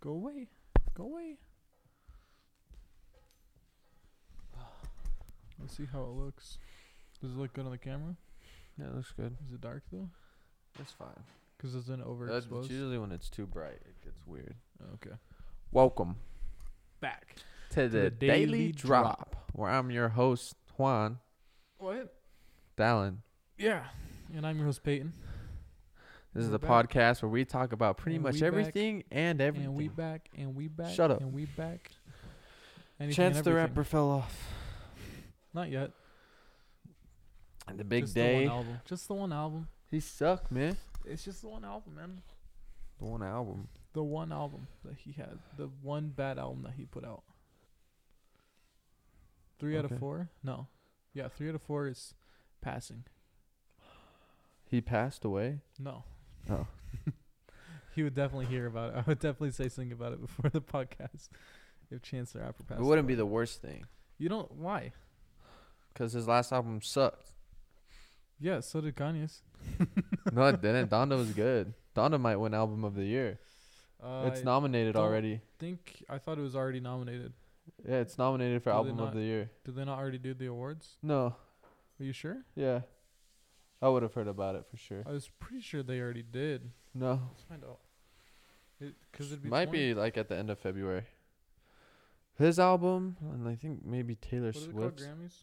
Go away. Go away. Let's see how it looks. Does it look good on the camera? Yeah, it looks good. Is it dark though? That's fine. Because it's an That's overexposed. it's usually when it's too bright, it gets weird. okay. Welcome Back. to the, Daily, Drop, where I'm your host Juan What? Dallin. Yeah. And I'm your host Peyton. This is We're the back. podcast where we talk about pretty And we much back. everything and everything. And we back. And we back. Shut up. And we back. Anything and Chance the everything. Rapper fell off. Not yet. And the big just The day. one album. Just the one album. He sucked, man. It's just the one album, man. The one album. The one album that he had. The one bad album that he put out. Three out of Okay. four? No. Yeah, three out of four is passing. He passed away. No. Oh. He would definitely hear about it. I would definitely say something about it before the podcast. If Chance the Rapper passed. it wouldn't be away. the worst thing You don't why? because his last album sucked. Yeah, so did Kanye's. no, it didn't. Donda was good. Donda might win album of the year. Uh, it's nominated don't- already. I think I thought it was already nominated. Yeah, it's nominated for Do they album not- of the year. Did they not already do the awards? No, Are you sure? yeah, I would have heard about it for sure. I was pretty sure they already did. No, Let's find out. It, cause it'd be might 20. be like at the end of February. His album, and I think maybe What Taylor are they called? Swift. Grammys.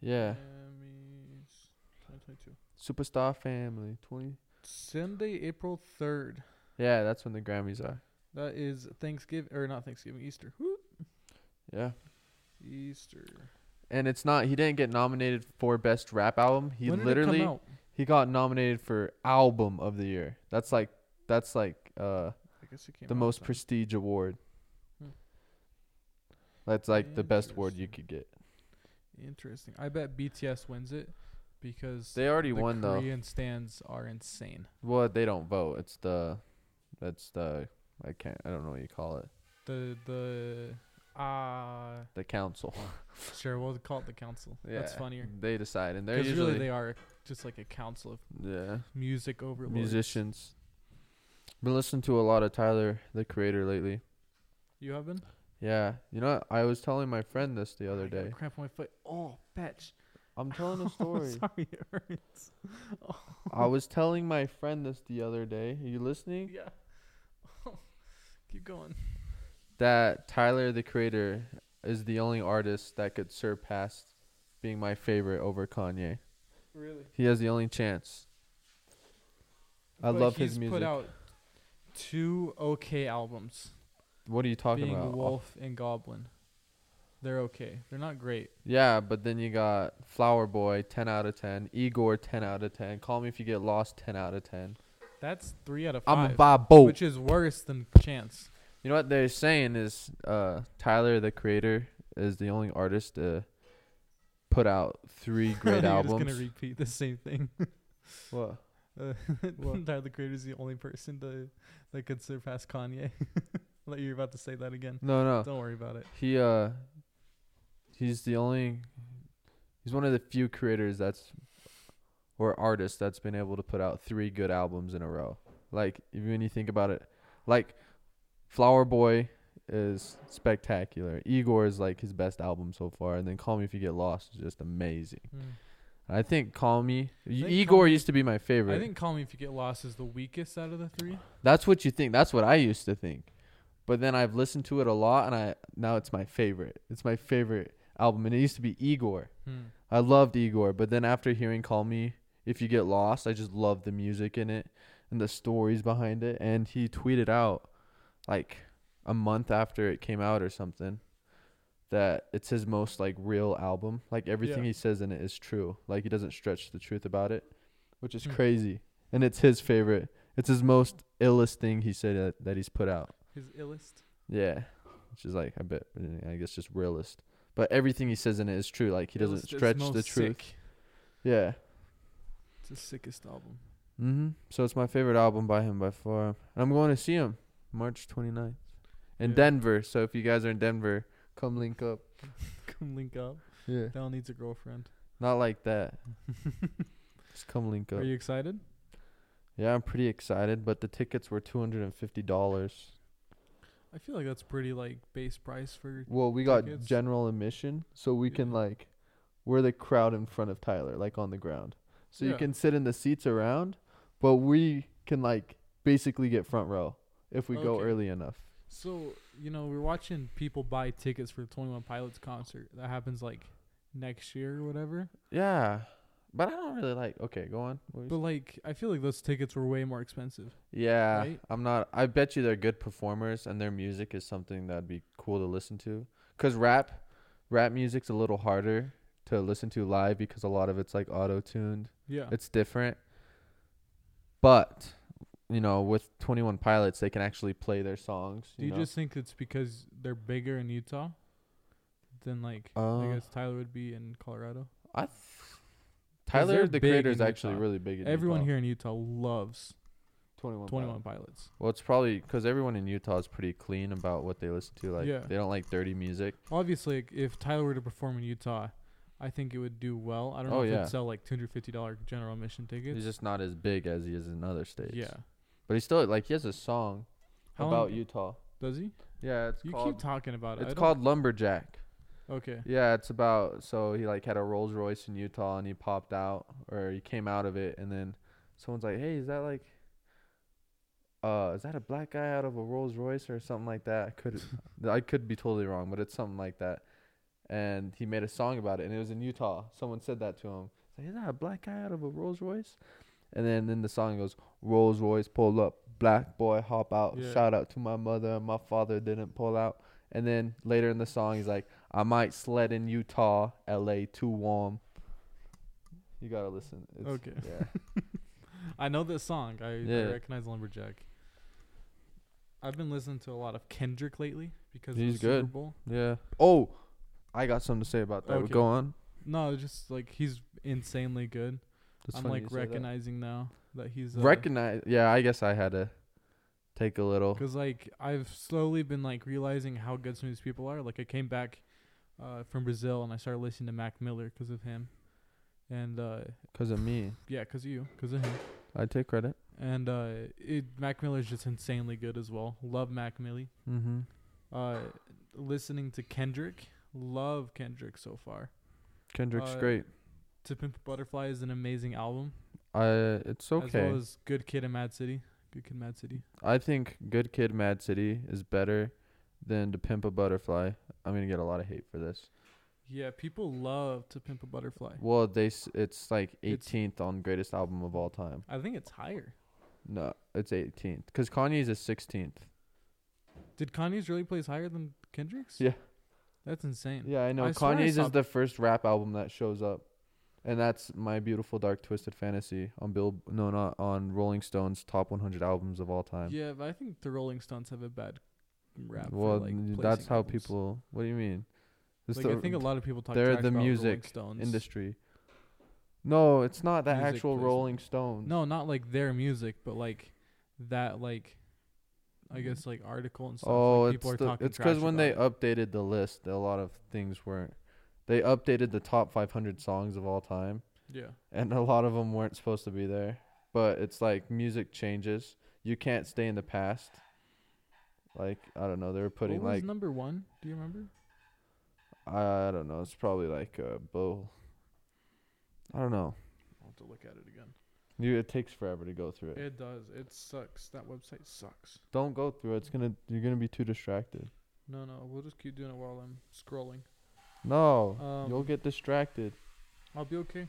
Yeah, Grammys 2022. Superstar Family Twenty. Sunday, April 3rd. Yeah, that's when the Grammys are. That is Thanksgiving or not Thanksgiving, Easter. Whoop. Yeah, Easter. and it's not. He didn't get nominated for best rap album. He When did it come literally out? he got nominated for album of the year. That's like that's like uh I guess it came the out most then. prestige award. Hmm. That's like the best award you Interesting. could get. Interesting. I bet BTS wins it because They already the won though. Korean stands are insane. Well, they don't vote. It's the that's the I can't I don't know what you call it. The the uh The council. sure we'll call it the council. That's Yeah, funnier. They decide and they're Because usually really they are just like a council of yeah, music overlords. musicians. Been listening to a lot of Tyler the Creator lately. You have been Yeah, you know what? I was telling my friend this the other I got a day. Cramp on my foot. Oh, bitch. I'm telling a Oh, story. sorry, it hurts. I was telling my friend this the other day. Are you listening? Yeah. Keep going. that Tyler the Creator is the only artist that could surpass being my favorite over Kanye. Really. He has the only chance. I love his He's put music. out two okay albums, What are you talking being about? uh, Wolf and Goblin. They're okay. They're not great. Yeah, but then you got Flower Boy, 10 out of 10, Igor, 10 out of 10, Call Me If You Get Lost, 10 out of 10. That's three out of I'm a five, Bobo. which is worse than Chance. You know what they're saying is uh, Tyler the Creator is the only artist to put out three great You're just albums. gonna repeat the same thing. what? Uh, What? Tyler the Creator is the only person to that could surpass Kanye. like you're about to say that again. No, no. Don't worry about it. He uh he's the only he's one of the few creators that's or artists that's been able to put out three good albums in a row. Like if when you think about it, like Flower Boy is spectacular. Igor is like his best album so far, and then Call Me If You Get Lost is just amazing. Hmm. I think Call Me think Igor Call Me- used to be my favorite. I think Call Me If You Get Lost is the weakest out of the three. That's what you think. That's what I used to think. But then I've listened to it a lot and I now it's my favorite. It's my favorite album and it used to be Igor. Hmm. I loved Igor, but then after hearing Call Me If You Get Lost, I just love the music in it and the stories behind it and he tweeted out like a month after it came out or something that it's his most like real album. Like everything Yeah. he says in it is true. Like he doesn't stretch the truth about it, which is Hmm. crazy. And it's his favorite. It's his most illest thing he said that, that he's put out. His illest. Yeah. Which is like I bet I guess just realist. But everything he says in it is true. Like he doesn't stretch the truth. Yeah. It's the sickest album. Mm-hmm. Mhm. So it's my favorite album by him by far. And I'm going to see him March 29th in Yeah. Denver. So if you guys are in Denver, come link up. Come link up. Yeah. Dal needs a girlfriend. Not like that. Just come link up. Are you excited? yeah, I'm pretty excited, but the tickets were $250. I feel like that's pretty like base price for. Well, we got Tickets. general admission, so we can Yeah. like we're the crowd in front of Tyler, like on the ground. So you Yeah. can sit in the seats around, but we can like basically get front row if we go Okay. early enough. So you know we're watching people buy tickets for Twenty One Pilots concert that happens like next year or whatever. Yeah. But I don't really like okay, go on. What were you But like I feel like those tickets were way more expensive. Yeah, Right? I'm not. I bet you they're good performers, and their music is something that'd be cool to listen to. Cause rap, rap music's a little harder to listen to live because a lot of it's like auto tuned. Yeah. It's different. But you know, with Twenty One Pilots, they can actually play their songs. Do You, you know? just think it's because they're bigger in Utah than like I Uh, guess Tyler would be in Colorado? I th- Tyler they're the big Creator is in actually Utah. really big. In Everyone Utah. here in Utah loves Twenty One. Twenty One Pilots. Well, it's probably because everyone in Utah is pretty clean about what they listen to. Like, Yeah. they don't like dirty music. Obviously, like, if Tyler were to perform in Utah, I think it would do well. I don't know Oh, if yeah. it'd sell like two hundred fifty dollar general admission tickets. He's just not as big as he is in other states. Yeah. But he still like he has a song How long about ago- Utah. Does he? Yeah, it's You keep called talking about it. I it's don't- called Lumberjack. Okay. Yeah, it's about so he like had a Rolls Royce in Utah and he popped out or he came out of it and then someone's like, "Hey, is that like uh is that a black guy out of a Rolls Royce or something like that?" I could I could be totally wrong, but it's something like that. And he made a song about it and it was in Utah. Someone said that to him. It's like, "Is that a black guy out of a Rolls Royce?" And then then the song goes, "Rolls Royce pull up, black boy hop out. Yeah. Shout out to my mother and my father didn't pull out." And then later in the song, he's like, I might sled in Utah, LA too warm. You gotta listen. It's, Okay. Yeah. I know this song. I, I Yeah. recognize Lumberjack. I've been listening to a lot of Kendrick lately because He's of the Super good. Bowl. yeah. Oh, I got something to say about that. Okay. Go on. No, just like he's insanely good. That's I'm funny like you say that. recognizing now that he's uh, Recognize. Yeah, I guess I had to take a little. Because like I've slowly been like realizing how good some of these people are. Like I came back uh, from Brazil and I started listening to Mac Miller because of him, and uh, Because of me. yeah, because of you, because of him. I take credit. And uh, it, Mac Miller's just insanely good as well. Love Mac Millie. Mm-hmm. Uh, listening to Kendrick, love Kendrick so far. Kendrick's Uh, great. To Pimp a Butterfly is an amazing album, I. It's as okay. well as Good Kid and Mad City. Good Kid, Mad City. I think Good Kid, Mad City is better than To Pimp a Butterfly. I'm gonna get a lot of hate for this. Yeah, people love To Pimp a Butterfly. Well, they. s- It's like It's- 18th on greatest album of all time. I think it's higher. No, it's 18th. Because Kanye's is 16th. Did Kanye's really place higher than Kendrick's? Yeah. That's insane. Yeah, I know. I swear I Kanye's saw- is the first rap album that shows up. And that's My Beautiful Dark Twisted Fantasy on Bill. No, not on Rolling Stone's top 100 albums of all time. Yeah, but I think the Rolling Stones have a bad rap. for, well, like, n- placing that's how albums. people. What do you mean? It's Like, the I think a lot of people talk they're trash the about Rolling music Stones. industry. No, it's not the Music actual placement. Rolling Stones. No, not like their music, but like that, like I guess like article and stuff. Mm. Oh, like, it's people are the, talking it's because trash when about they it. updated the list, a lot of things weren't. They updated the top 500 songs of all time. yeah, and a lot of them weren't supposed to be there. But it's like music changes. You can't stay in the past. Like I don't know, they were putting what was like number one? Do you remember? I don't know. It's probably like a bow. I don't know. I'll have to look at it again. You it takes forever to go through it. It does. It sucks. That website sucks. Don't go through it. It's gonna you're gonna be too distracted. No, no, we'll just keep doing it while I'm scrolling. No, you'll Um, get distracted, I'll be okay.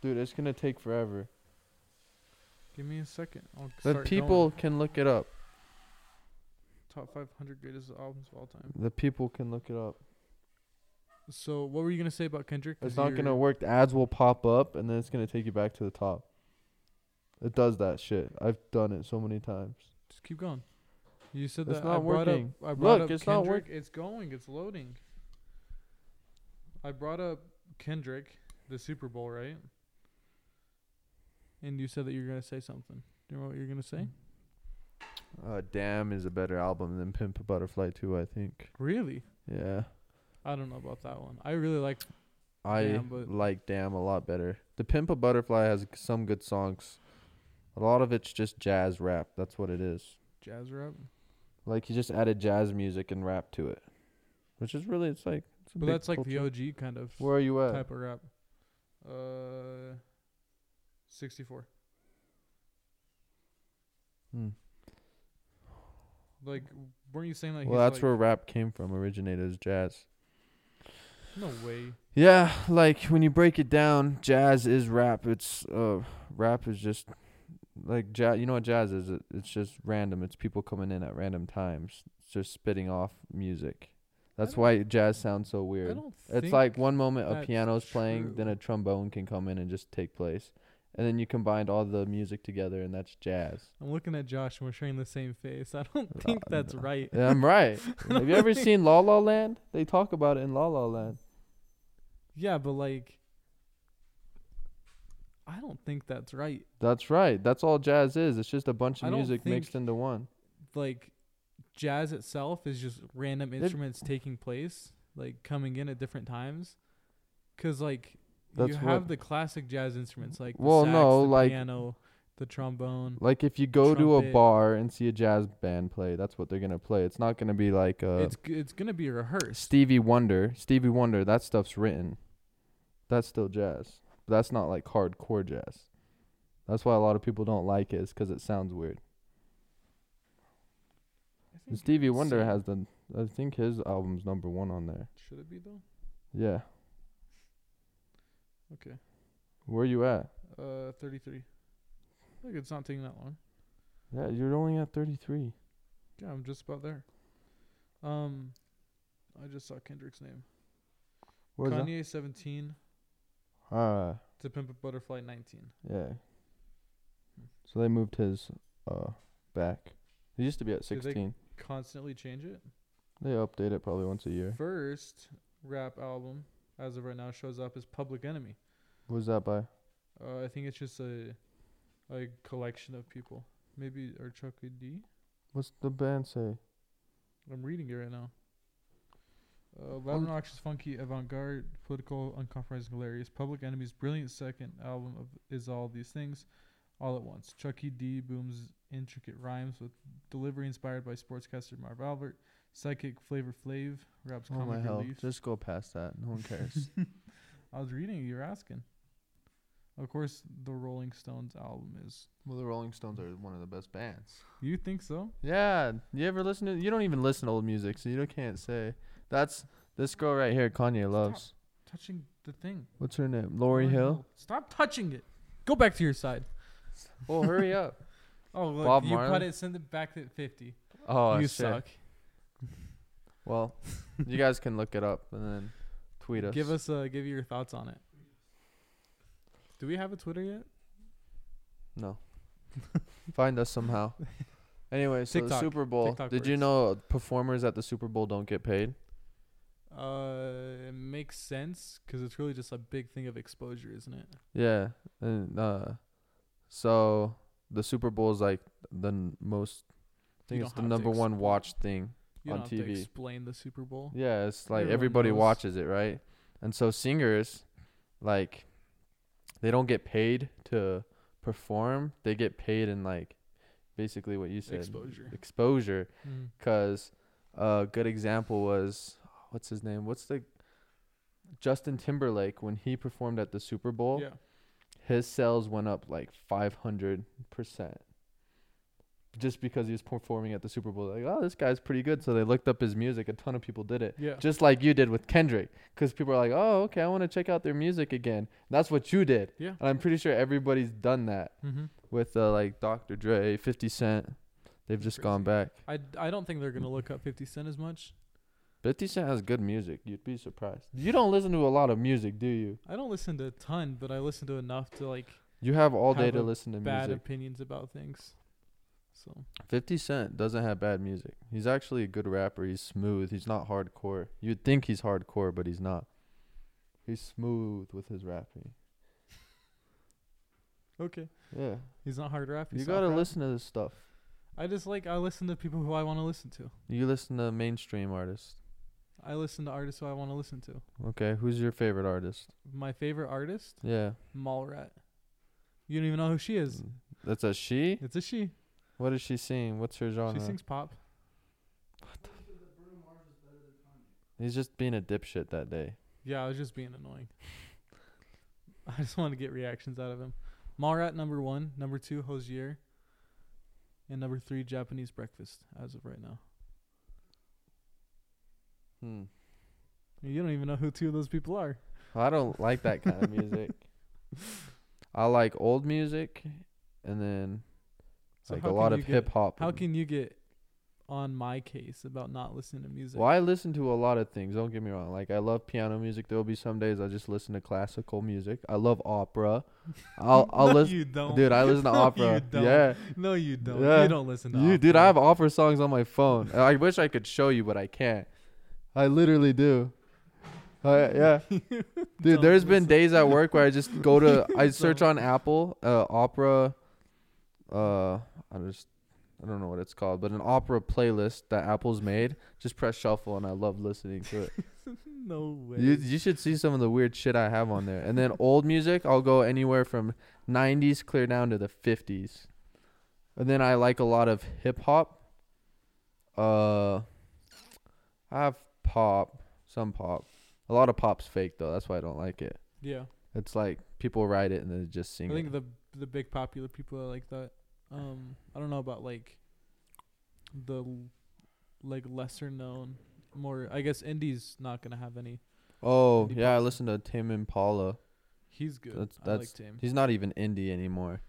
dude. It's gonna take forever. Give me a second. I'll The start people going. can look it up. top 500 greatest albums of all time. The people can look it up. So what were you gonna say about Kendrick? 'Cause It's not gonna you're- work. The ads will pop up, and then it's gonna take you back to the top. It does that shit. I've done it so many times. Just keep going. You said It's that I not brought working. up. I brought Look, up it's not Kendrick. It's going. It's loading. I brought up Kendrick, the Super Bowl, right? And you said that you were gonna say something. Do you know what you're gonna Mm. say? Uh, Damn is a better album than Pimp a Butterfly too. I think. Really? Yeah, I don't know about that one. I really like. I Damn, but- like Damn a lot better. The Pimp a Butterfly has g- some good songs. A lot of it's just jazz rap. That's what it is. Jazz rap. Like he just added jazz music and rap to it, which is really it's like. It's a But big that's like the culture. OG kind of Where are you at? type of rap. Uh, 64. Hmm. Like, weren't you saying like? well, he's, that's like- where rap came from. Originated as jazz. No way. Yeah, like when you break it down, jazz is rap. It's uh, rap is just like jazz. You know what jazz is? It, it's just random. It's people coming in at random times, it's just spitting off music. That's don't- why jazz sounds so I weird. don't. It's think- like one moment a that's piano's playing, then true. a trombone can come in and just take place, and then you combined all the music together, and that's jazz. I'm looking at Josh and we're sharing the same face. I don't think that's no. right. Yeah, I'm right. Have you ever seen La La Land? They talk about it in La La Land. Yeah, but like, I don't think that's right. That's right. That's all jazz is. It's just a bunch I of don't music think- mixed into one. Like, jazz itself is just random instruments taking place, like coming in at different times. Cause like you That's have what- the classic jazz instruments like Well, the sax, no, the like- piano, the trombone. Like if you go to a Trumpet. bar and see a jazz band play, that's what they're gonna play. It's not gonna be like uh, it's g- it's gonna be rehearsed. Stevie Wonder. Stevie Wonder, that stuff's written. That's still jazz. But that's not like hardcore jazz. That's why a lot of people don't like it, is 'cause it sounds weird. I And think- Stevie Wonder Same. has the, I think his album's number one on there. Should it be though? Yeah. Okay. Where you at? Uh, 33. Look, it's not taking that long. Yeah, you're only at 33. Yeah, I'm just about there. Um, I just saw Kendrick's name. Where's that? Kanye 17 Uh, to Pimp a Butterfly 19. yeah. So they moved his uh back. He used to be at Did they- 16. Constantly change it. They update it probably once a year. First rap album, as of right now, shows up as Public Enemy. What's that by? Uh, I think it's just a a collection of people. Maybe or Chuck E. D. What's the band say? I'm reading it right now. Uh, loud, and obnoxious, funky, avant-garde, political, uncompromising, hilarious. Public Enemy's brilliant second album of is all these things, all at once. Chuck E. D. booms intricate rhymes with delivery inspired by sportscaster Marv Albert. Psychic Flavor Flav raps Oh my comic hell! relief. Just go past that. No one cares. I was reading. You were asking. Of course, the Rolling Stones album is. well, the Rolling Stones are one of the best bands. You think so? Yeah. You ever listen to? You don't even listen to old music, so you don't- can't say. That's this girl right here. Kanye loves. Touching the thing. What's her name? Lori Hill. Stop touching it. Go back to your side. Well, hurry up. Oh, look, Bob you cut Marley? it, send it back at 50. Oh, you shit. suck. Well, you guys can look it up and then tweet us. Give us, uh, give your thoughts on it. Do we have a Twitter yet? No. Find us somehow. Anyway, so the TikTok. Super Bowl. TikTok did you works. know performers at the Super Bowl don't get paid? Uh, it makes sense because it's really just a big thing of exposure, isn't it? Yeah, and uh, so the Super Bowl is like the n- most. I think You it's the don't have to number one explain- watched thing. You On don't have to TV. explain the Super Bowl. Yeah, it's like Everyone everybody knows. watches it, right? And so singers, like, they don't get paid to perform. They get paid in like, basically what you said, Exposure. Exposure. Mm. Cause a good example was what's his name? What's the Justin Timberlake when he performed at the Super Bowl? Yeah. His sales went up like five hundred percent just because he was performing at the Super Bowl. Like, oh, this guy's pretty good. So they looked up his music. A ton of people did it. Yeah. Just like you did with Kendrick, because people are like, "Oh, okay, I want to check out their music again." That's what you did, yeah. and I'm pretty sure everybody's done that Mm-hmm. with uh, like Dr. Dre, 50 Cent. They've just gone back. I, I don't think they're going to look up 50 Cent as much. 50 Cent has good music. You'd be surprised. You don't listen to a lot of music, do you? I don't listen to a ton, but I listen to enough to like You have all day Have to a listen to bad music. opinions about things. So 50 Cent doesn't have bad music. He's actually a good rapper. He's smooth. He's not hardcore. You'd think he's hardcore, but he's not. He's smooth with his rapping. okay, Yeah. he's not hard rap. he's You soft gotta rap. listen to this stuff. I just like I listen to people who I want to listen to. You listen to mainstream artists. I listen to artists who I want to listen to. Okay, who's your favorite artist? My favorite artist, Yeah. Mallrat. You don't even know who she is. That's a she? It's a she. What is she singing? What's her genre? She sings pop. He's just being a dipshit that day. Yeah, I was just being annoying. I just want to get reactions out of him. Mallrat number one, number two Hosier, and number three Japanese breakfast as of right now. Hmm. You don't even know who two of those people are. I don't like that kind of music. I like old music, and then So like how a can lot you of get- hip hop. How and- can you get on my case about not listening to music? Well, I listen to a lot of things. Don't get me wrong. Like I love piano music. There will be some days I just listen to classical music. I love opera. I'll I'll no, listen. You don't. Dude, I listen to No, opera. you don't. Yeah, No, you don't. Yeah. You don't listen to you, dude, opera. I have opera songs on my phone. I wish I could show you, but I can't. I literally do. I, yeah, dude. don't There's been listen. days at work where I just go to I You search on don't. Apple uh, opera. Uh, I just I don't know what it's called, but an opera playlist that Apple's made. Just press shuffle, and I love listening to it. No way. You you should see some of the weird shit I have on there. And then old music, I'll go anywhere from 90s clear down to the 50s. And then I like a lot of hip hop. Uh I have pop, some pop. A lot of pop's fake though. That's why I don't like it. yeah. It's like people write it and then they just I sing think it. the the big popular people are like that. Um, I don't know about like the l- like lesser known, more I guess indie's not gonna have any. Oh, indie yeah, I pop's- listen to Tim Impala. He's good. That's- I that's- liked him. He's not even indie anymore.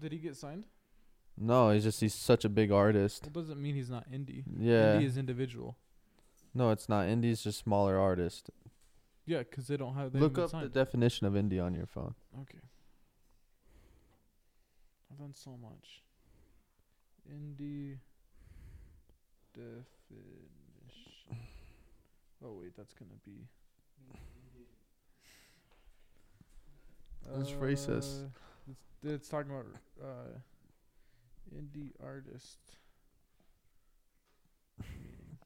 Did he get signed? No, he's just he's such a big artist. That doesn't mean he's not indie. Yeah. Indie is individual. No, it's not. Indie's just smaller artist. Yeah, 'cause they don't have. They Look Look up the signed. definition of indie on your phone. I've done so much. Indie definition. Oh wait, that's gonna be. That's racist. Uh, It's, it's talking about uh, indie artist. meaning.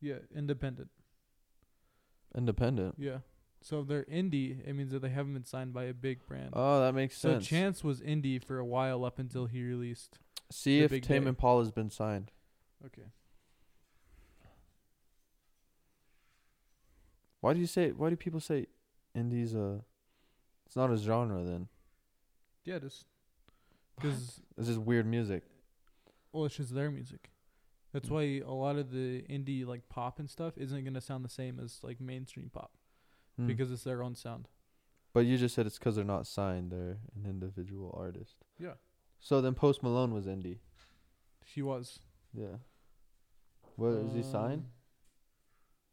Yeah, independent. Independent. Yeah. So if they're indie, it means that they haven't been signed by a big brand. Oh, that makes so sense. Chance was indie for a while up until he released. See the if big Tame day. Impala's been signed. Okay. Why do you say? Why do people say indie's a? It's not a genre then. Yeah, just because It's just weird music. well, it's just their music. That's why a lot of the indie like pop and stuff isn't gonna sound the same as like mainstream pop Hmm. because it's their own sound. but you just said it's 'cause they're not signed. They're an individual artist. Yeah. So then Post Malone was indie. She was. Yeah. What is he signed?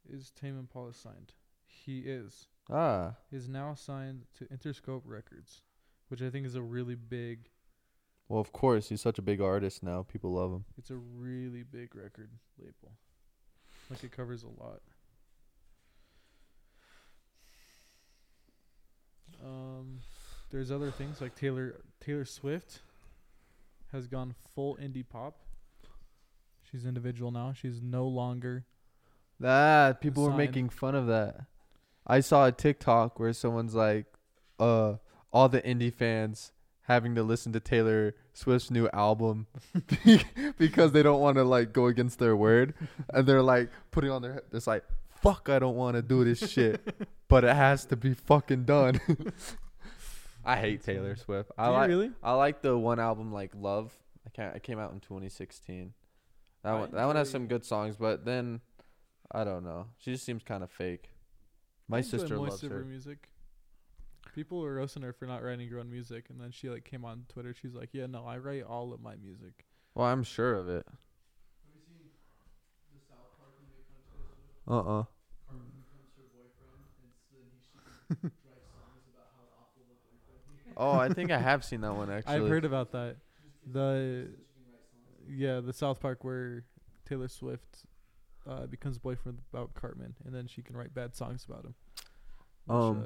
Um, Is Tame Impala signed? He is. Ah, Is now signed to Interscope Records, which I think is a really big. well of course he's such a big artist now. People love him. It's a really big record label. Like it covers a lot. Um, there's other things like Taylor Taylor Swift has gone full indie pop. She's individual now. She's no longer Ah, people were sign. making fun of that. I saw a TikTok where someone's like, uh, all the indie fans having to listen to Taylor Swift's new album be- because they don't want to like go against their word. And they're like putting on their, it's like, fuck, I don't want to do this shit, but it has to be fucking done. I hate That's funny. Taylor Swift. Do I you like, really? I like the one album like Love. I can It came out in 2016. That I one. That one has enjoy- some good songs, but then I don't know. She just seems kind of fake. My I enjoy sister Moist loves River her. music. People were roasting her for not writing her own music, and then she like came on Twitter. She's like, "Yeah, no, I write all of my music." Well, I'm sure of it. Uh uh Oh, I think I have seen that one actually. I've heard about that. The yeah, the South Park where Taylor Swift uh, becomes boyfriend about Cartman, and then she can write bad songs about him. which, Um,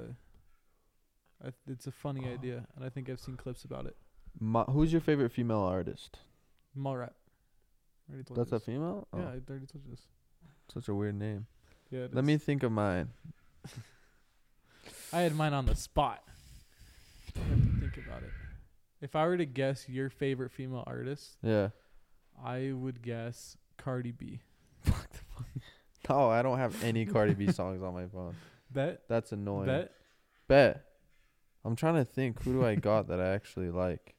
uh, I th- it's a funny idea, and I think I've seen clips about it. Ma- who's your favorite female artist? Mallrat. Already told you That's a this. female. Oh, yeah, I already told you this. such a weird name. Yeah, it Let is. me think of mine. I had mine on the spot. I have to think about it. If I were to guess your favorite female artist, Yeah. I would guess Cardi B. Oh, I don't have any Cardi B songs on my phone. Bet That's annoying. bet Bet. I'm trying to think who do I got that I actually like.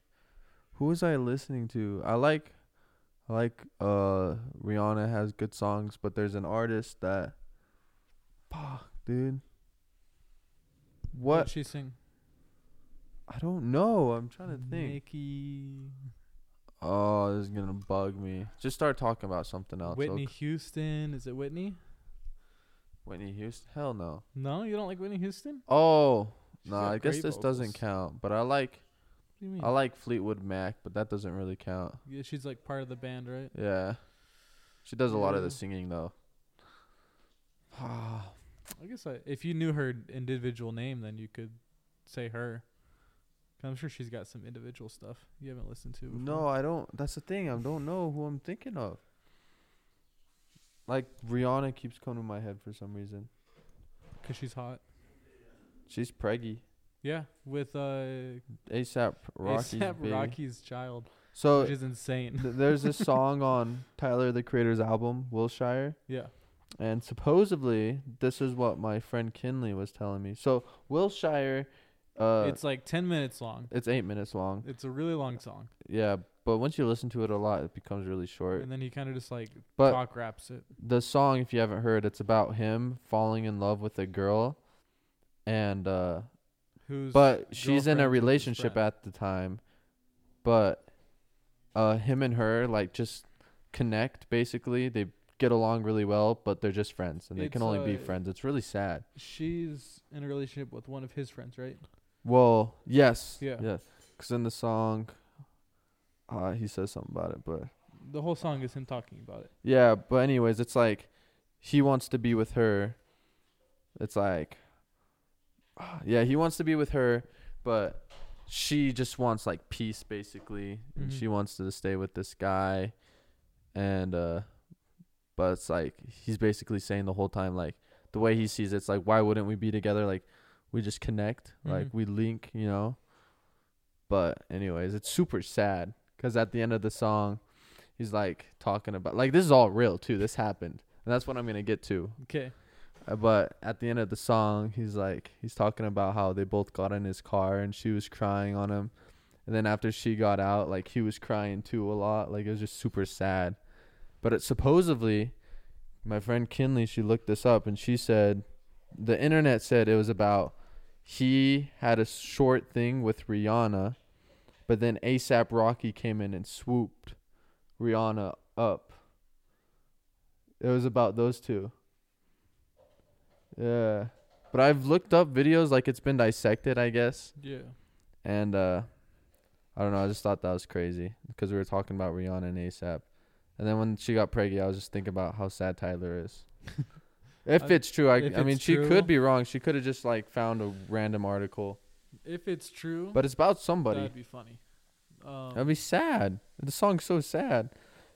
Who was I listening to? I like I like uh Rihanna has good songs, but there's an artist that fuck, dude. what What? she sing? I don't know. I'm trying to think. Nicki, Oh, this is going to bug me. Just start talking about something else. Whitney okay? Houston. Is it Whitney? Whitney Houston? Hell no. No, you don't like Whitney Houston. Oh, She's nah, got I guess great this doesn't vocals. count, but I like What do you mean? I like Fleetwood Mac, but that doesn't really count. yeah, she's like part of the band, right? Yeah. She does a lot of Yeah. the singing though. I guess I, if you knew her individual name, then you could say her. 'Cause I'm sure she's got some individual stuff you haven't listened to. Before. no, I don't. That's the thing. I don't know who I'm thinking of. Like Rihanna keeps coming to my head for some reason. because she's hot. She's preggy. Yeah, with uh, ASAP Rocky's Uh, ASAP baby. Rocky's child, So which is insane. th- there's this song on Tyler the Creator's album Wilshire. yeah, And supposedly, this is what my friend Kinley was telling me. So Wilshire, uh, it's it's like ten minutes long. it's eight minutes long. It's a really long song, Yeah, but once you listen to it a lot, it becomes really short. and then he kind of just like But- talk raps it. The song, if you haven't heard, it's about him falling in love with a girl, and uh, Who's but she's girlfriend is in a his relationship friend. at the time. But uh, him and her like just connect. Basically, they get along really well, but they're just friends, and they It's, can only be uh, friends. It's really sad. she's in a relationship with one of his friends, right? Well, yes. Yeah. Yes. Because in the song, uh, he says something about it. But The whole song is him talking about it. yeah, but anyways, it's like he wants to be with her. It's like, ah, yeah, he wants to be with her, but she just wants like peace basically. And Mhm. she wants to stay with this guy. And, uh, but it's like he's basically saying the whole time, like, the way he sees it, it's like, why wouldn't we be together? Like, we just connect, Mhm. like, we link, you know? But, anyways, it's super sad because at the end of the song, he's like talking about, like, this is all real, too. This happened. And that's what I'm going to get to. Okay, Uh, But at the end of the song, he's like, he's talking about how they both got in his car and she was crying on him. And then after she got out, like he was crying too a lot. Like it was just super sad. But it supposedly, my friend Kinley, she looked this up and she said, the internet said it was about he had a short thing with Rihanna, but then ASAP Rocky came in and swooped Rihanna up. It was about those two. Yeah. But I've looked up videos like it's been dissected, I guess. yeah. And uh I don't know, I just thought that was crazy because we were talking about Rihanna and ASAP. And then when she got pregnant, I was just thinking about how sad Tyler is. if I- it's true, I, if I mean it's she true- could be wrong. She could have just like found a random article. If it's true, But it's about somebody. that'd be funny. Um, That'd be sad. The song's so sad.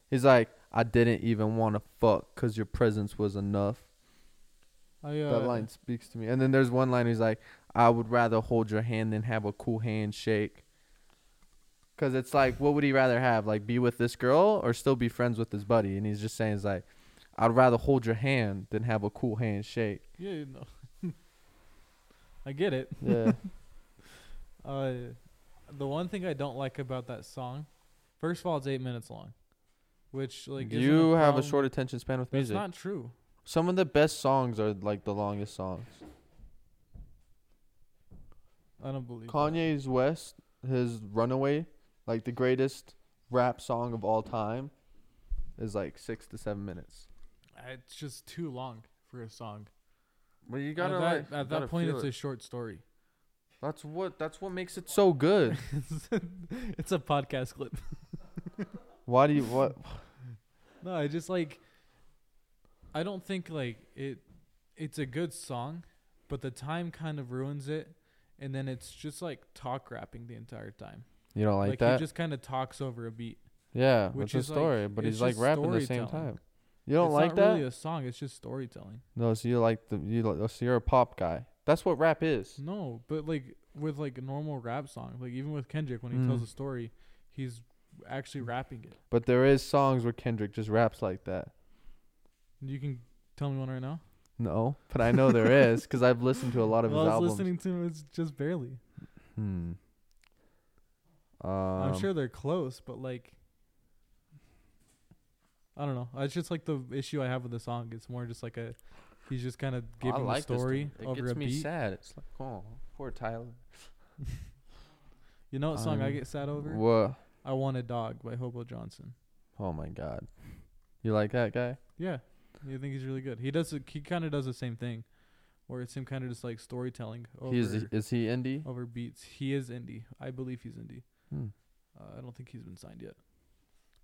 He's like, I didn't even want to fuck because your presence was enough. I, uh, That line speaks to me. And then there's one line he's like, I would rather hold your hand than have a cool handshake. Cause it's like, what would he rather have? Like be with this girl or still be friends with his buddy? And he's just saying it's like, I'd rather hold your hand than have a cool handshake. Yeah, you know. I get it. Yeah. Uh, the one thing I don't like about that song, first of all, it's eight minutes long, which like isn't you have a problem. short attention span with That's music. not true. Some of the best songs are like the longest songs. I don't believe. that. Kanye's West, his Runaway, like the greatest rap song of all time, is like six to seven minutes. It's just too long for a song. Well, you at that, at that point, it's a short story. that's what that's what makes it so good. it's a podcast clip. Why do you what? No, I just like. I don't think like it. It's a good song, but the time kind of ruins it, and then it's just like talk rapping the entire time. You don't like, like he that? just kind of talks over a beat. yeah, which which is is like- story, but it's he's like just rapping at the same storytelling. time. You don't it's like not that? Really, a song. It's just storytelling. no, so you like the you like, so you're a pop guy. That's what rap Mm-hmm. is. No, but like with like a normal rap song, like even with Kendrick when he Mm. tells a story, he's actually rapping it. But there is songs where Kendrick just raps like that. You can tell me one right now. No, but I know there is because I've listened to a lot of well, his I was albums. listening to him, it's just barely. Hmm. Um, I'm sure they're close, but like, I don't know. It's just like the issue I have with the song. It's more just like a, he's just kind of Oh, I giving like the this story dude. It over gets a me beat. sad. It's like, oh, poor Tyler. You know what song I I'm- get sad over? Whoa. I Want a Dog by Hobo Johnson. Oh my God. You like that guy? Yeah, you think he's really good. He does. the- He kind of does the same thing, where it's him kind of just like storytelling over Oh. He is. Is he indie? over beats. He is indie. I believe he's indie. Hmm. Uh, I don't think he's been signed yet.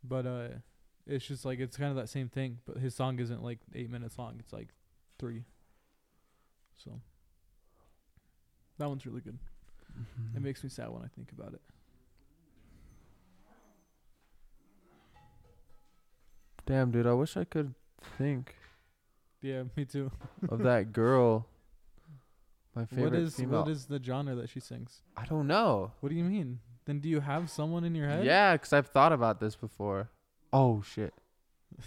But uh, it's just like it's kind of that same thing. But his song isn't like eight minutes long. It's like three. So that one's really good. Mm-hmm. It makes me sad when I think about it. Damn, dude. I wish I could think Yeah, me too. of that girl. My favorite What is female. what is the genre that she sings? I don't know. What do you mean? Then do you have someone in your Yeah, head? because I've thought about this before. Oh shit. It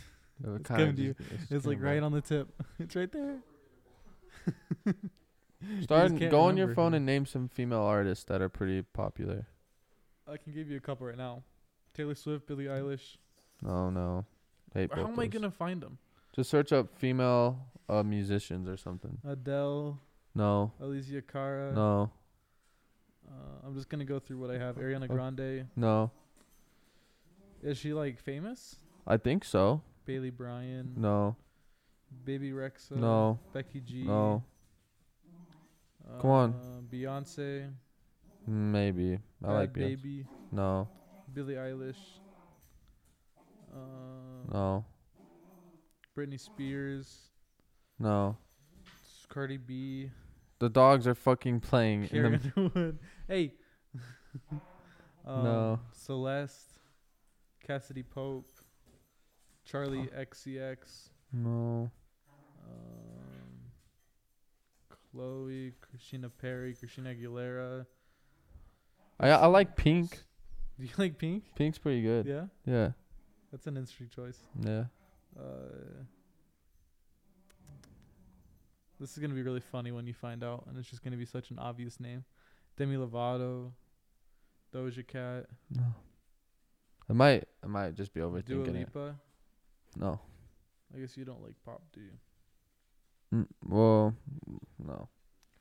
It's kinda coming to just- it just It's like came right back. on the tip. It's right there. Start can't go on your remember phone who. and name some female artists that are pretty popular. I can give you a couple right now. Taylor Swift, Billie Eilish. Oh no. Hate How both am I those. gonna find them? Just search up female uh, musicians or something. Adele, No. Alicia Cara. No. Uh, I'm just gonna go through what I have. Oh. Ariana Grande. No. Is she like famous? I think so. Bailey Bryan. No. Baby Rexa. No. Becky G. No. Uh, Come on. Beyonce. Maybe. I Bad like Beyonce. Baby. No. Billie Eilish. Uh, No. Britney Spears. No. Cardi B. The dogs are fucking playing. in Carrie the- Underwood. Hey. um, No. Celeste. Cassidy Pope. Charlie XCX. no. Um, Chloe, Christina Perry, Christina Aguilera. I I like Pink. Do you like Pink? Pink's pretty good. Yeah, Yeah. that's an interesting choice. Yeah. Uh, this is gonna be really funny when you find out, and it's just gonna be such an obvious name. Demi Lovato, Doja Cat, No. I might I might just be Dua overthinking it. Lipa. No. I guess you don't like pop, do you? Mm, well, no.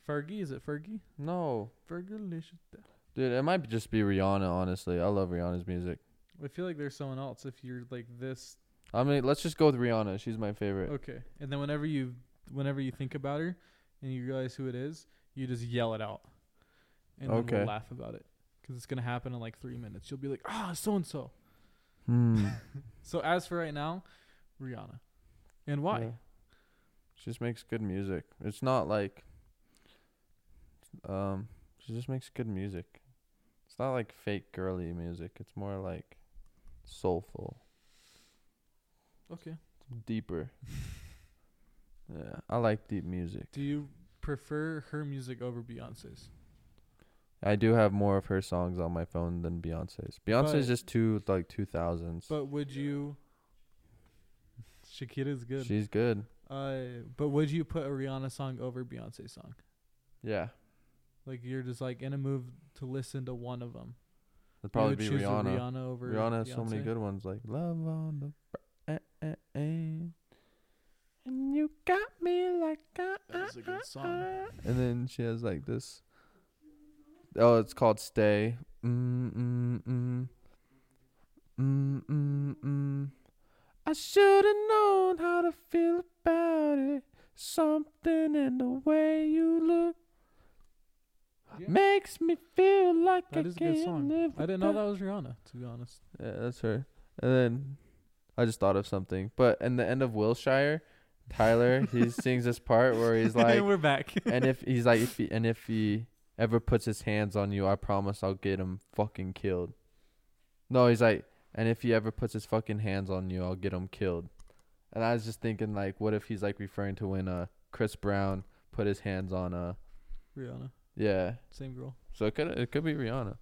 Fergie, is it Fergie? No. Fergalicious. Dude, it might just be Rihanna, honestly. I love Rihanna's music. I feel like there's someone else if you're like this I mean, let's just go with Rihanna. She's my favorite. Okay. And then whenever you whenever you think about her and you realize who it is, you just yell it out. And then Okay. we'll laugh about it. Because it's going to happen in like three minutes. You'll be like, ah, so and so. Hmm. So as for right now, Rihanna. And why? Yeah. She just makes good music. It's not like um she just makes good music. It's not like fake girly music. It's more like soulful, Okay. deeper. yeah, I like deep music. Do you prefer her music over Beyonce's? I do have more of her songs on my phone than Beyonce's. Beyonce's But- just too like 2000s. But would you. Shakira's good. She's good. uh, but would you put a Rihanna song over Beyonce song? Yeah. Like you're just like in a move to listen to one of them. It'd You probably would be choose a Rihanna. Rihanna over Rihanna has so many Beyonce? good ones like Love on the Br- eh, eh, eh. And you got me like uh, a, That is a good song. And then she has like this Oh, it's called Stay. Mm mm mm. Mm mm mm. I should have known how to feel about it. Something in the way you look Yeah. makes me feel like That I is a can't good song. live I didn't know without- that was Rihanna, to be honest. Yeah, that's her. And then I just thought of something. But in the end of Wilshire, Tyler he sings this part where he's like, we're back. and if he's like, if he, and if he ever puts his hands on you, I promise I'll get him fucking killed. No, he's like, and if he ever puts his fucking hands on you, I'll get him killed. And I was just thinking like, what if he's like referring to when uh Chris Brown put his hands on uh Rihanna, yeah. same girl. So it could it could be Rihanna.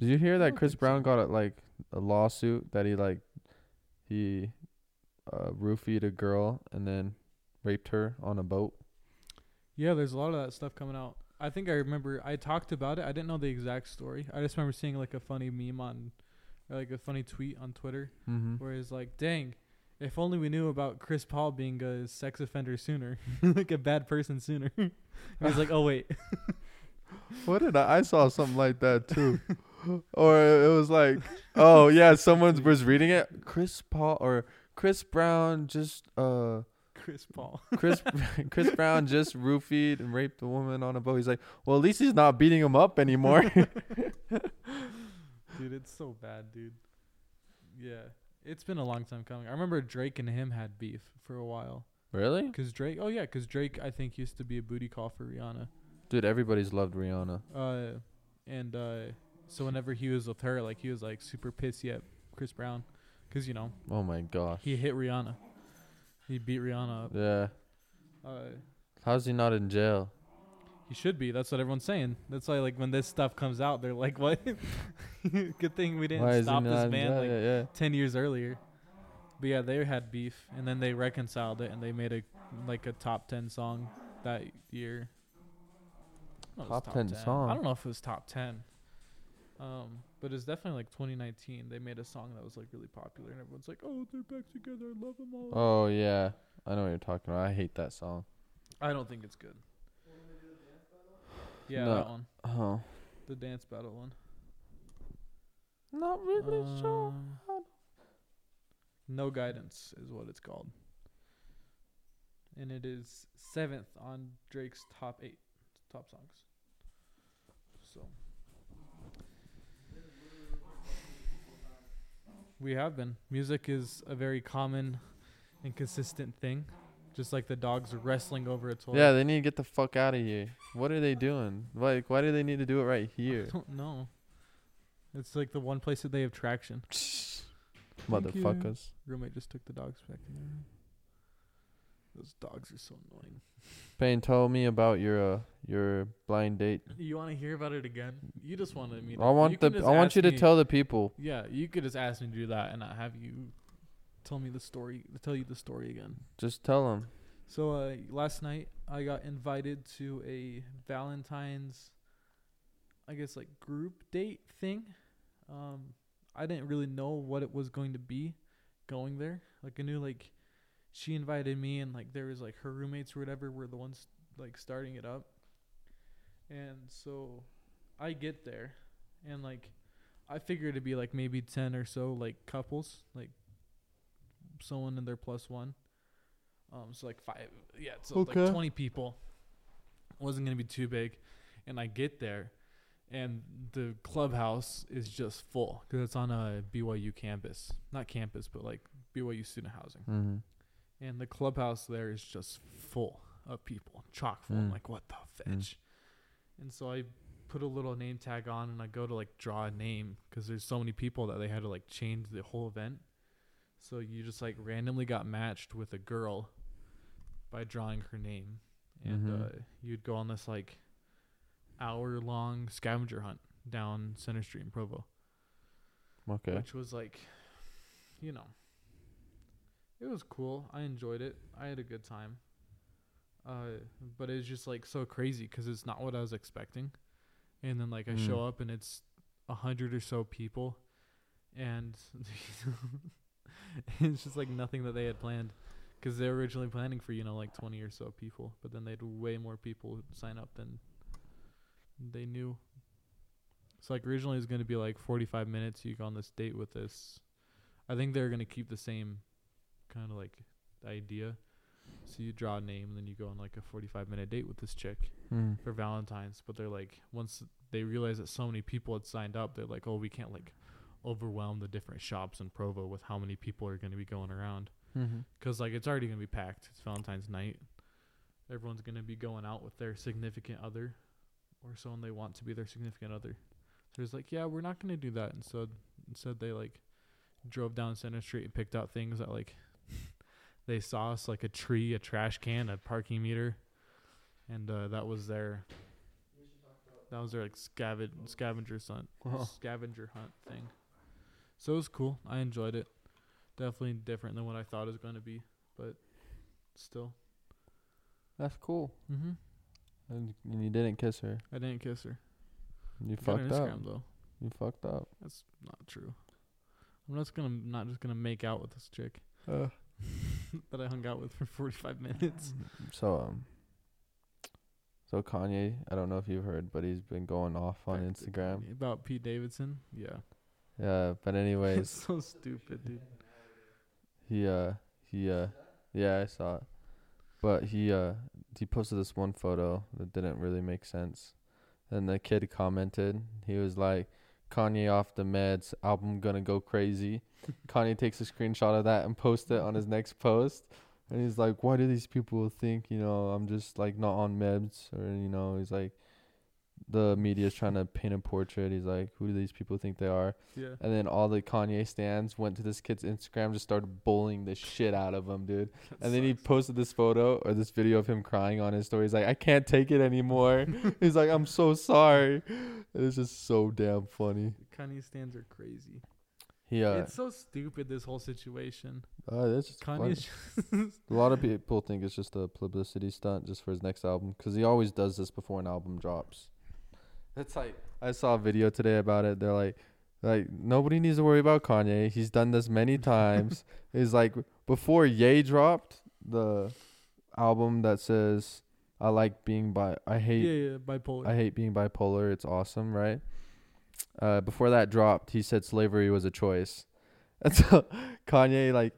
Did you hear I that don't Chris think so. Brown got a, like a lawsuit that he like he uh, roofied a girl and then raped her on a boat? Yeah, there's a lot of that stuff coming out. I think I remember I talked about it. I didn't know the exact story. I just remember seeing like a funny meme on, or like a funny tweet on Twitter, Mm-hmm. where it's like, "Dang, if only we knew about Chris Paul being a sex offender sooner, like a bad person sooner." and he's like, "Oh wait, What did I? I saw something like that too, or it was like, oh yeah, someone was reading it. Chris Paul or Chris Brown just uh Chris Paul." Chris Chris Brown just roofied and raped a woman on a boat. He's like, well, at least he's not beating him up anymore. dude, it's so bad, dude. Yeah, it's been a long time coming. I remember Drake and him had beef for a while. really, Cause Drake, oh yeah, cause Drake, I think used to be a booty call for Rihanna. dude? Everybody's loved Rihanna. Uh, and uh, so whenever he was with her, like he was like super pissy at Chris Brown, cause you know Oh my gosh. he hit Rihanna, he beat Rihanna. Up. Yeah. Uh, How's he not in jail? he should be. That's what everyone's saying. That's why like when this stuff comes out, they're like, "What? Good thing we didn't stop this man like yeah, yeah. ten years earlier." But yeah, they had beef, and then they reconciled it, and they made a like a top ten song that year. I don't know if it was Top 10 song? I don't know if it was top ten. Um, but it's definitely like 2019. They made a song that was like really popular, and everyone's like, "Oh, they're back together. I love them all." Oh yeah. I know what you're talking about. I hate that song. I don't think it's good. Yeah, No. that one, Oh. the dance battle one. Not really sure. Um, how to- No guidance is what it's called. And it is seventh on Drake's top eight top songs. So we have been. Music is a very common and consistent thing. Just like the dogs wrestling over a toy. Yeah, they need to get the fuck out of here. What are they doing? Like, why do they need to do it right I here? don't know. It's like the one place that they have traction. Thank you. Motherfuckers. Roommate just took the dogs back in their room. Those dogs are so annoying. Payne, tell me about your uh, your blind date. You want to hear about it again? You just wanted me. To, I want can the just I want ask you to me- tell the people. Yeah, you could just ask me to do that, and not have you tell me the story. Tell you the story again. Just tell them. So uh, last night I got invited to a Valentine's, I guess like group date thing. Um, I didn't really know what it was going to be, going there. Like I knew like she invited me and like there was like her roommates or whatever were the ones like starting it up. And so I get there and like I figured it'd be like maybe 10 or so like couples, like someone and their plus one. Um, so like five, yeah, so Okay. like 20 people. Wasn't gonna be too big, and I get there, and the clubhouse is just full because it's on a BYU campus, not campus, but like BYU student housing, Mm-hmm. and the clubhouse there is just full of people, chock full. I'm Mm. like, what the Mm. fetch? And so I put a little name tag on, and I go to like draw a name because there's so many people that they had to like change the whole event. So you just like randomly got matched with a girl by drawing her name, and Mhm. uh, you'd go on this like hour long scavenger hunt down Center Street in Provo, Okay. which was like, you know, it was cool. I enjoyed it. I had a good time. Uh, but it's just like so crazy because it's not what I was expecting, and then like I Mm. show up and it's a hundred or so people, and it's just like nothing that they had planned because they were originally planning for you know like 20 or so people but then they had way more people sign up than they knew so like originally it was going to be like 45 minutes you go on this date with this i think they're going to keep the same kind of like idea so you draw a name and then you go on like a 45 minute date with this chick Mm. for Valentine's, but they're like once they realize that so many people had signed up, they're like, oh, we can't like overwhelm the different shops in Provo with how many people are going to be going around Mm-hmm. because like it's already going to be packed. It's Valentine's night. Everyone's going to be going out with their significant other or someone they want to be their significant other. So it's like, yeah, we're not going to do that. And so instead they like drove down Center Street and picked out things that like they saw us like a tree, a trash can, a parking meter. And uh, that was their That was their like scaven scavenger hunt, Wow. scavenger hunt thing. So it was cool. I enjoyed it. Definitely different than what I thought it was going to be, but still. That's cool. Mm-hmm. And and you didn't kiss her. I didn't kiss her. You I got her fucked up. Instagram, though. You fucked up. That's not true. I'm just gonna not just gonna make out with this chick Uh, that I hung out with for 45 minutes. so um. So Kanye, I don't know if you've heard, but he's been going off on Back to Instagram. About Pete Davidson? Yeah. Yeah, but anyways, It's so stupid, dude. He uh he uh yeah, I saw it. But he uh he posted this one photo that didn't really make sense. And the kid commented, he was like, Kanye off the meds, album gonna go crazy. Kanye takes a screenshot of that and posts it on his next post. And he's like, Why do these people think, you know, I'm just like not on meds or you know, he's like the media's trying to paint a portrait. He's like, Who do these people think they are? Yeah. And then all the Kanye stands went to this kid's Instagram, just started bullying the shit out of him, dude. and then he posted this photo or this video of him crying on his story. He's like, I can't take it anymore. He's like, I'm so sorry. It is just so damn funny. Kanye stands are crazy. He, uh, It's so stupid this whole situation. uh, that's just funny. Kanye's just A lot of people think it's just a publicity stunt just for his next album because he always does this before an album drops. It's like I saw a video today about it. They're like, like nobody needs to worry about Kanye. He's done this many times. He's like before Ye dropped the album that says I like being bi I yeah, hate yeah, bipolar. I hate being bipolar. It's awesome, right? Uh, before that dropped, he said slavery was a choice. And so Kanye like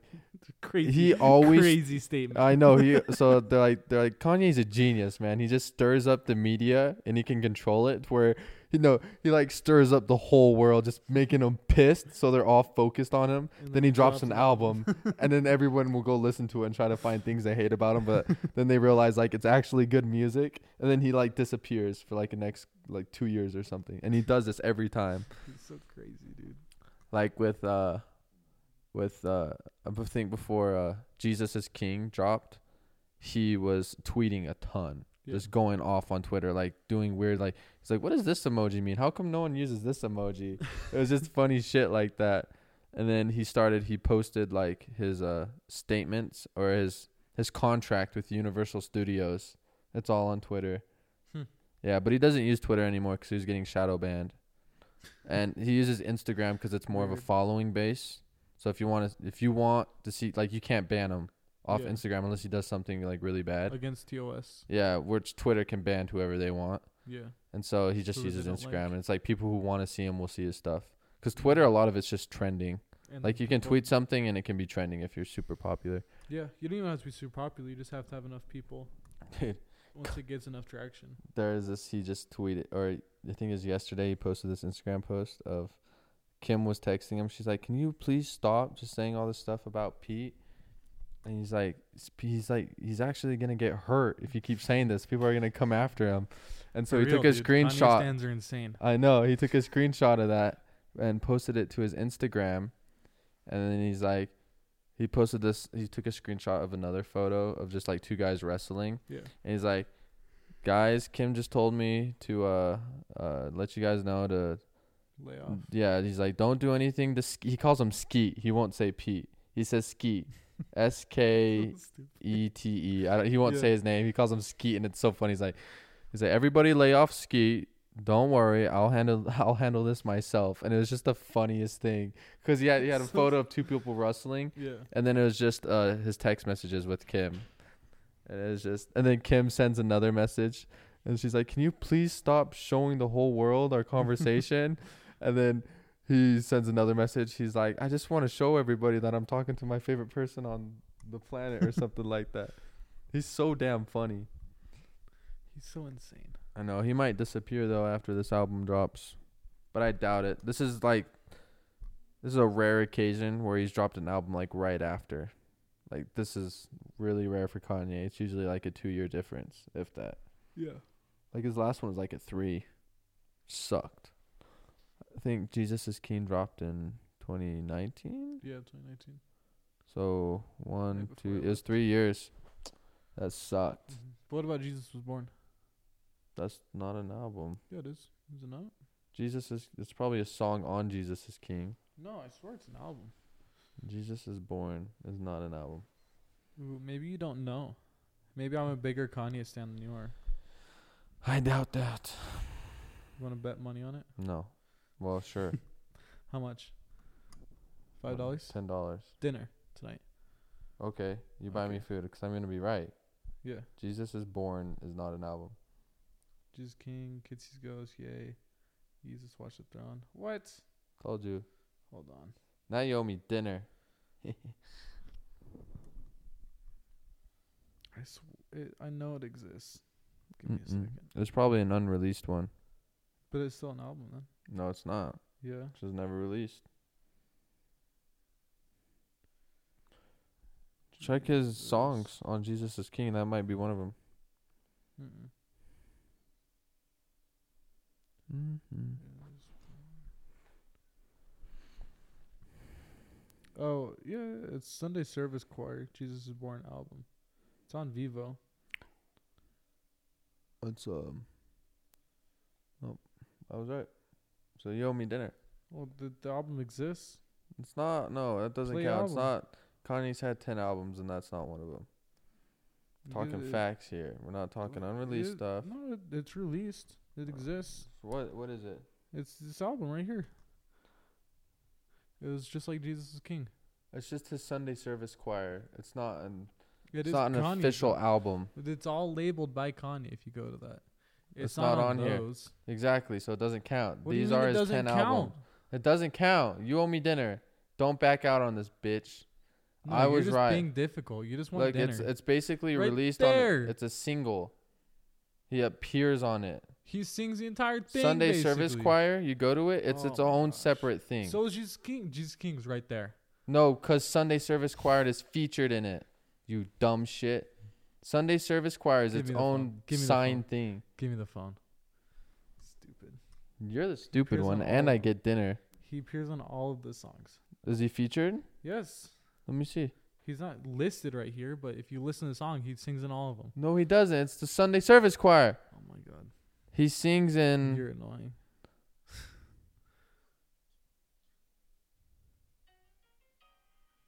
crazy. he always uh, crazy statement. I know he. So they're like, they're like, Kanye's a genius, man. He just stirs up the media, and he can control it. Where you know he like stirs up the whole world, just making them pissed, so they're all focused on him. And Then he drops an album, and then everyone will go listen to it and try to find things they hate about him. But then they realize like it's actually good music, and then he like disappears for like the next like two years or something. And he does this every time It's so crazy, dude. like with uh with uh I b- think before uh Jesus is King dropped, he was tweeting a ton. Yeah. Just going off on Twitter, like doing weird like he's like, What does this emoji mean? How come no one uses this emoji? it was just funny shit like that. And then he started he posted like his uh statements or his his contract with Universal Studios. It's all on Twitter. Hmm. Yeah, but he doesn't use Twitter anymore because he was getting shadow banned and he uses Instagram because it's more of a Weird. following base. So if you want to, if you want to see, like, you can't ban him off Yeah. Instagram unless he does something like really bad. Against TOS. yeah, which Twitter can ban whoever they want, Yeah. and so he just Who they uses don't Instagram, like. and it's like people who want to see him will see his stuff. Because Mm. Twitter, a lot of it's just trending. And Like then you can people- tweet something and it can be trending if you're super popular. Yeah, you don't even have to be super popular. You just have to have enough people. Dude. Once it gets enough traction. there is this he just tweeted or the thing is yesterday he posted this Instagram post of Kim was texting him. She's like, "Can you please stop just saying all this stuff about Pete?" And he's like, s- "He's like, he's actually gonna get hurt if you keep saying this. People are gonna come after him." And so For he real, took a dude. Kanye screenshot. stands are insane. I know. He took a screenshot of that and posted it to his Instagram. And then he's like, he posted this. He took a screenshot of another photo of just like two guys wrestling. Yeah. And he's like, guys, Kim just told me to uh, uh, let you guys know to. Lay Oh. off. Yeah. He's like, don't do anything to. Ske-. He calls him Skeet. He won't say Pete. He says Skeet. S K Stupid. E T E. I don't, he won't Yeah. say his name. He calls him Skeet, and it's so funny. He's like, he's like, everybody lay off Skeet. Don't worry, I'll handle I'll handle this myself. And it was just the funniest thing because he had he had a So photo of two people wrestling, Yeah. and then it was just uh, his text messages with Kim, and it was just and then Kim sends another message, and she's like, "Can you please stop showing the whole world our conversation?" and then he sends another message. He's like, "I just want to show everybody that I'm talking to my favorite person on the planet or something like that." He's so damn funny. He's so insane. I know he might disappear though after this album drops, but I doubt it. This is like, this is a rare occasion where he's dropped an album like right after. Like this is really rare for Kanye. It's usually like a two year difference, if that. Yeah. Like his last one was like a three, sucked. I think Jesus is King dropped in 2019, Yeah, 2019. so one, before two, I it was left. Mm-hmm. three years. That sucked. But what about Jesus was born? That's not an album. Yeah, it is. Is it not? Jesus is. It's probably a song on Jesus is King. No, I swear it's an album. Jesus is Born is not an album. Ooh, maybe you don't know. Maybe I'm a bigger Kanye stan than you are. I doubt that. You want to bet money on it? No. Well, sure. How much? Five dollars. Ten dollars. Dinner tonight. Okay, you buy me Okay. food because I'm gonna be right. Yeah. Jesus is Born is not an album. Jesus King, Kids He's Ghost, yay. Jesus Watch the Throne. What? Told you. Hold on. Now you owe me dinner. I sw- it, I know it exists. Give me Mm-mm. a second. There's probably an unreleased one. But it's still an album then. No, it's not. Yeah. It's just never released. Check his Jesus. songs on Jesus is King. That might be one of them. Mm-mm. Mm-hmm. Oh yeah, it's Sunday Service Choir. Jesus is Born album. It's on Vivo. It's um. Nope, I was right. So you owe me dinner. Well, the, the album exists. It's not. No, that doesn't Play count. It's album. not. Kanye's had ten albums, and that's not one of them. You Talking did- facts here. We're not talking Well, unreleased it- stuff. No, it, it's released. It exists. So What What is it? It's this album right here. It was just like Jesus is King. It's just his Sunday service choir. It's not an. It it's is not an Kanye's official album. album. It's all labeled by Kanye. If you go to that, it's, It's not, not on, on here. those. Exactly. So it doesn't count. What do you These mean are it his doesn't ten count? albums. It doesn't count. You owe me dinner. Don't back out on this, bitch. No, I you're was just right. Being difficult. You just want Like dinner. it's it's basically Right released there. on. It's a single. He appears on it. he sings the entire thing. Sunday service basically. choir. You go to it. It's Oh its my own gosh. separate thing. So is Jesus King. Jesus King's right there. No, because Sunday Service Choir is featured in it. You dumb shit. Sunday Service Choir is Give its me the own phone. Give me the sign phone. thing. Give me the phone. Stupid. You're the stupid appears one, on and I all- get dinner. He appears on all of the songs. Is he featured? Yes. Let me see. He's not listed right here, but if you listen to the song, he sings in all of them. No, he doesn't. It's the Sunday Service Choir. Oh my god. He sings in. You're annoying.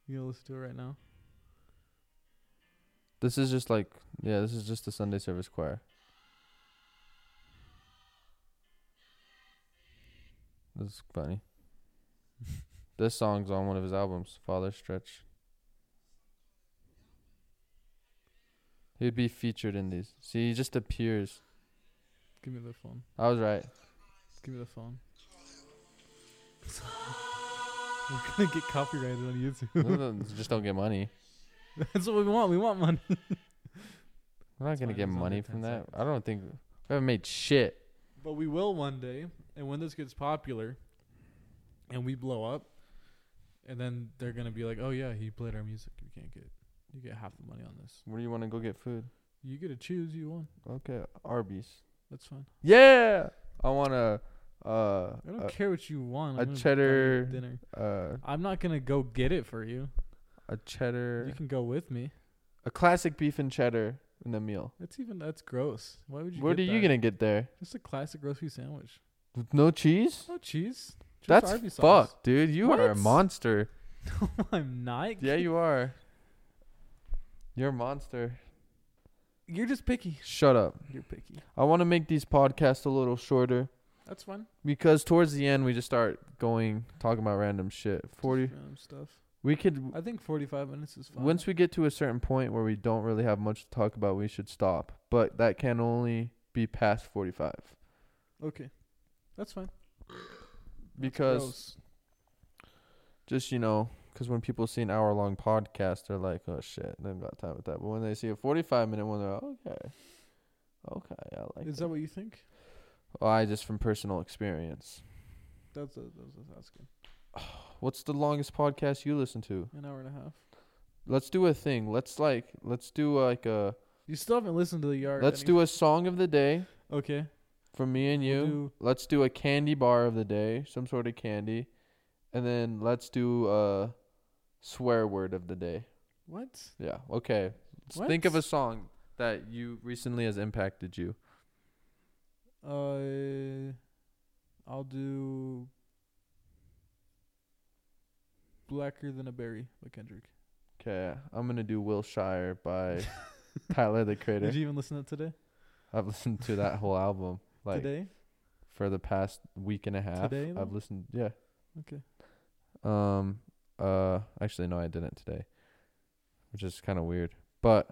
you gonna listen to it right now? This is just like, yeah, this is just the Sunday Service Choir. That's funny. this song's on one of his albums, Father Stretch. He'd be featured in these. See, he just appears. Give me the phone. I was right. Give me the phone. We're gonna get copyrighted on YouTube. just don't get money. That's what we want. We want money. We're not That's gonna fine, get it was under money 10 from that. seconds. I don't think we haven't made shit. But we will one day, and when this gets popular, and we blow up, and then they're gonna be like, "Oh yeah, he played our music. You can't get, you get half the money on this. Where do you want to go get food? You get to choose. You won. Okay, Arby's. That's fine. Yeah, I want a uh, I don't a- care what you want. a I'm gonna buy you cheddar- dinner. uh, I'm not gonna go get it for you. a cheddar, You can go with me. a classic beef and cheddar in a meal. That's even that's gross. Why would you? Where get are you that? gonna get there? Just a classic grocery sandwich. With no cheese? No cheese. Just That's Arby's sauce. fucked, dude. You are a What? monster. I'm not. Yeah, you are. You're a monster. You're just picky. Shut up. You're picky. I want to make these podcasts a little shorter That's fine. because towards the end we just start going talking about random shit. Forty. Random stuff. We could I think 45 minutes is fine. once we get to a certain point where we don't really have much to talk about, we should stop. But that can only be past forty-five. okay, that's fine. because just you know, 'cause when people see an hour long podcast, they're like, "Oh shit, they haven't got time with that." But when they see a forty five minute one, they're like, "Okay, okay, I like." is it." that what you think? Well, I just from personal experience. That's a, that's a, that's good. What's the longest podcast you listen to? An hour and a half. Let's do a thing. Let's like let's do like a You still haven't listened to the yard. let's do a song of the day do. Okay. from me and you. We'll do- let's do a candy bar of the day, some sort of candy, and then let's do a swear word of the day. what? Yeah. Okay. Let's Think What? of a song that you recently has impacted you. Uh, I'll do Blacker Than a Berry by Kendrick. Okay, I'm gonna do Wilshire by Tyler the Creator. Did you even listen to it today? I've listened to that whole album like today? for the past week and a half. Today, though? I've listened. Yeah. Okay. Um. Uh. Actually, no, I didn't today, which is kind of weird. But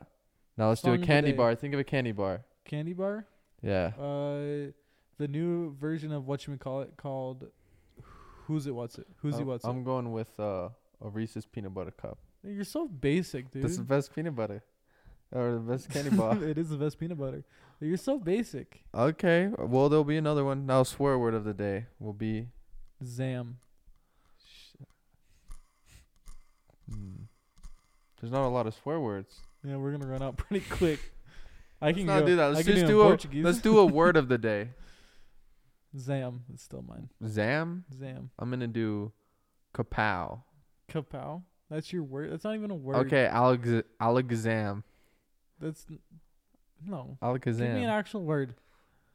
now let's Song do of a the candy day. bar. Think of a candy bar. Candy Bar? Yeah. Uh, the new version of what you call it called Who's It What's It? Who's It I'm, What's I'm going with uh, a Reese's peanut butter cup. It? You're so basic, dude. That's the best peanut butter, or the best candy bar. Uh. it is the best peanut butter. You're so basic. okay. Well, there'll be another one. Now, swear word of the day will be. Zam. Hmm. There's not a lot of swear words. Yeah, we're gonna run out pretty quick. I Let's can not go- do that. Let's I can just do, do in a- Portuguese. Let's do a word of the day. Zam. It's still mine. Zam. Zam. I'm gonna do kapow. Kapow. That's your word. That's not even a word. Okay, Alex Alakazam. That's n- no. Give me an Alakazam. actual word.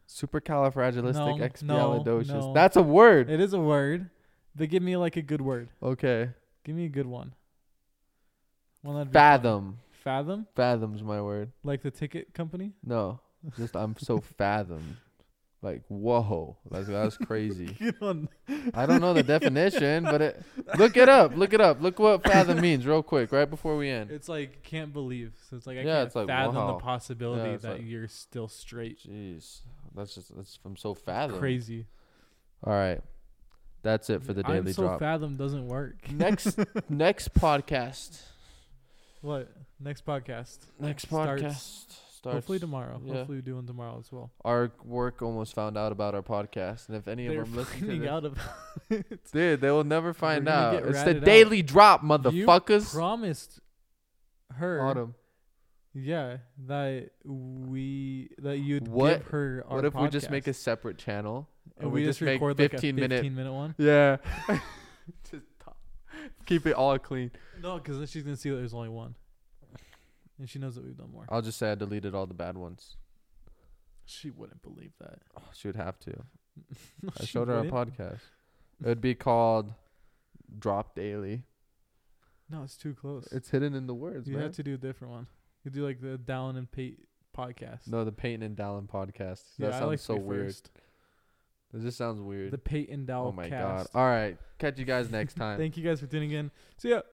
Supercalifragilisticexpialidocious. No, no. That's a word. It is a word, but give me like a good word. Okay. Give me a good one. One that'd be fun. Fathom. Fathom, Fathom's my word. like the ticket company. No, just I'm so fathomed. Like whoa, that's that's crazy. Good one. I don't know the definition, but it, look it up. Look it up. Look what fathom means, real quick, right before we end. It's like can't believe. So it's like I Yeah, can't it's like, fathom wow. the possibility Yeah, it's that like- you're still straight. Jeez, that's just that's I'm so fathom. Crazy. All right, that's it for the daily I'm so drop. fathom doesn't work. next next podcast. What next podcast? Next Starts- podcast starts. Hopefully tomorrow. yeah. Hopefully we do one tomorrow as well. Our work almost found out about our podcast, and if any They're of them listen to finding this, out of dude, they will never find gonna out. get It's the ratted out. daily drop, motherfuckers. promised her. Autumn. Yeah, that we that you'd What- give her our. What if we just make a podcast. separate channel and we, just, record like a 15 minute one? Yeah. just talk. keep it all clean. No, because then she's gonna see that there's only one, and she knows that we've done more. I'll just say I deleted all the bad ones. She wouldn't believe that. Oh, she would have to. No, I she showed her our wouldn't. podcast. It would be called Drop Daily. No, it's too close. It's hidden in the words, you man. have to do a different one. You do like the Down and Pate podcast. No, the Peyton and Dallin podcast. Yeah, that I sounds like to so be weird. first. It just sounds weird. The Peyton Dowell oh my cast. god! All right, catch you guys next time. Thank you guys for tuning in. See ya.